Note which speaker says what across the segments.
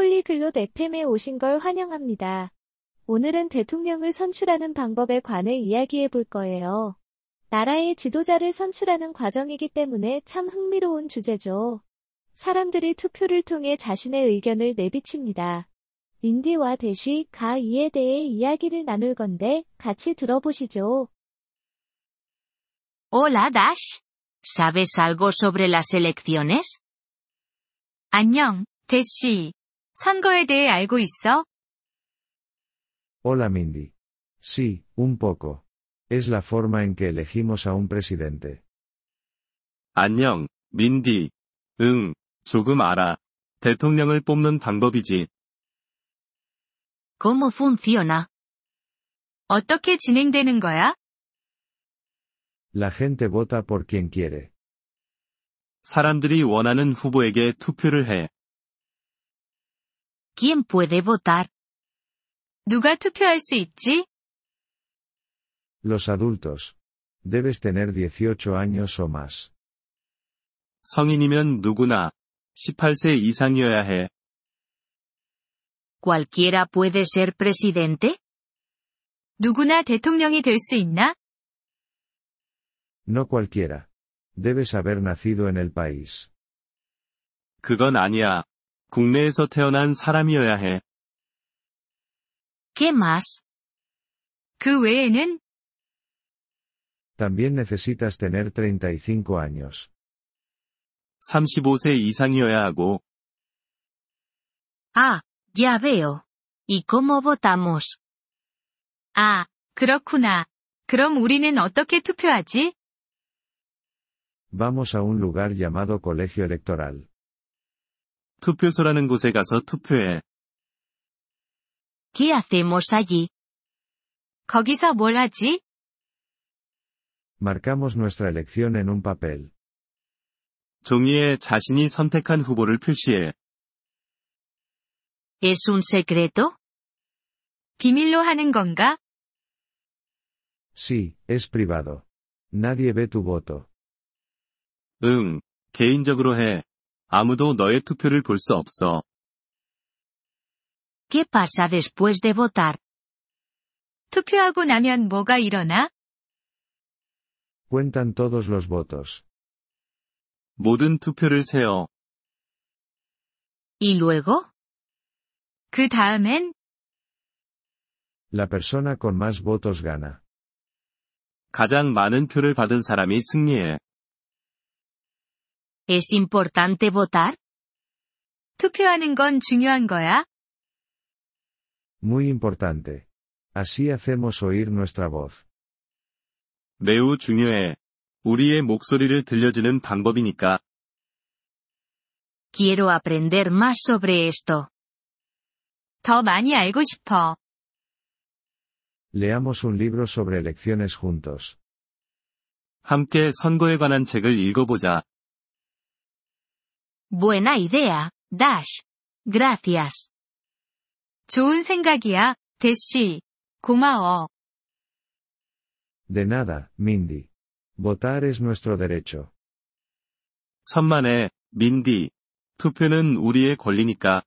Speaker 1: 폴리글롯 FM에 오신 걸 환영합니다. 오늘은 대통령을 선출하는 방법에 관해 이야기해 볼 거예요. 나라의 지도자를 선출하는 과정이기 때문에 참 흥미로운 주제죠. 사람들이 투표를 통해 자신의 의견을 내비칩니다. 인디와 대쉬, 가 이에 대해 이야기를 나눌 건데 같이 들어보시죠.
Speaker 2: Hola Dash. ¿Sabes algo sobre las elecciones?
Speaker 3: 안녕, 대시. 선거에 대해 알고 있어?
Speaker 4: Hola Mindy. Sí, un poco. Es la forma en que elegimos a un presidente.
Speaker 5: 안녕, 민디. 응, 조금 알아. 대통령을 뽑는 방법이지.
Speaker 2: ¿Cómo funciona?
Speaker 3: 어떻게 진행되는 거야?
Speaker 4: La gente vota por quien quiere.
Speaker 5: 사람들이 원하는 후보에게 투표를 해.
Speaker 2: ¿Quién puede votar?
Speaker 3: 누가 투표할 수 있지?
Speaker 4: Los adultos. Debes tener 18 años o más.
Speaker 5: 성인이면 누구나 18세 이상이어야 해.
Speaker 2: ¿Cualquiera puede ser presidente?
Speaker 3: 누구나 대통령이 될 수 있나?
Speaker 4: No cualquiera. Debes haber nacido en el país.
Speaker 5: 그건 아니야. 국내에서 태어난 사람이어야 해.
Speaker 2: ¿Qué más?
Speaker 3: 그 외에는
Speaker 4: También necesitas tener 35 años.
Speaker 5: 35세 이상이어야 하고,
Speaker 2: Ah, ya veo. ¿Y cómo votamos?
Speaker 3: 아, 그렇구나. 그럼 우리는 어떻게 투표하지?
Speaker 4: Vamos a un lugar llamado colegio electoral.
Speaker 5: 투표소라는 곳에 가서 투표해.
Speaker 2: ¿Qué hacemos allí?
Speaker 3: 거기서 뭘 하지?
Speaker 4: Marcamos nuestra elección en un papel.
Speaker 5: 종이에 자신이 선택한 후보를 표시해.
Speaker 2: ¿Es un secreto?
Speaker 3: 비밀로 하는 건가?
Speaker 4: Sí, es privado. Nadie ve tu voto.
Speaker 5: 응, 개인적으로 해. 아무도 너의 투표를 볼 수 없어.
Speaker 2: ¿Qué pasa después de votar?
Speaker 3: 투표하고 나면 뭐가 일어나?
Speaker 4: Cuentan todos los votos.
Speaker 5: 모든 투표를 세어.
Speaker 2: ¿Y luego?
Speaker 3: 그 다음엔
Speaker 4: La persona con más votos gana.
Speaker 5: 가장 많은 표를 받은 사람이 승리해.
Speaker 2: ¿Es importante votar?
Speaker 3: 투표하는 건 중요한 거야?
Speaker 4: Muy importante. Así hacemos oír nuestra voz.
Speaker 5: 매우 중요해. 우리의 목소리를 들려주는 방법이니까.
Speaker 2: Quiero aprender más sobre esto.
Speaker 3: 더 많이 알고 싶어.
Speaker 4: Leamos un libro sobre elecciones juntos.
Speaker 5: 함께 선거에 관한 책을 읽어보자.
Speaker 2: Buena idea, Dash. Gracias.
Speaker 3: 좋은 생각이야, 대시. 고마워.
Speaker 4: De nada, Mindy. Votar es nuestro derecho.
Speaker 5: 천만에, 민디. 투표는 우리의 권리니까.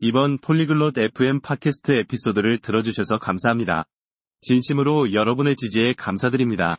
Speaker 5: 이번 폴리글롯 FM 팟캐스트 에피소드를 들어주셔서 감사합니다. 진심으로 여러분의 지지에 감사드립니다.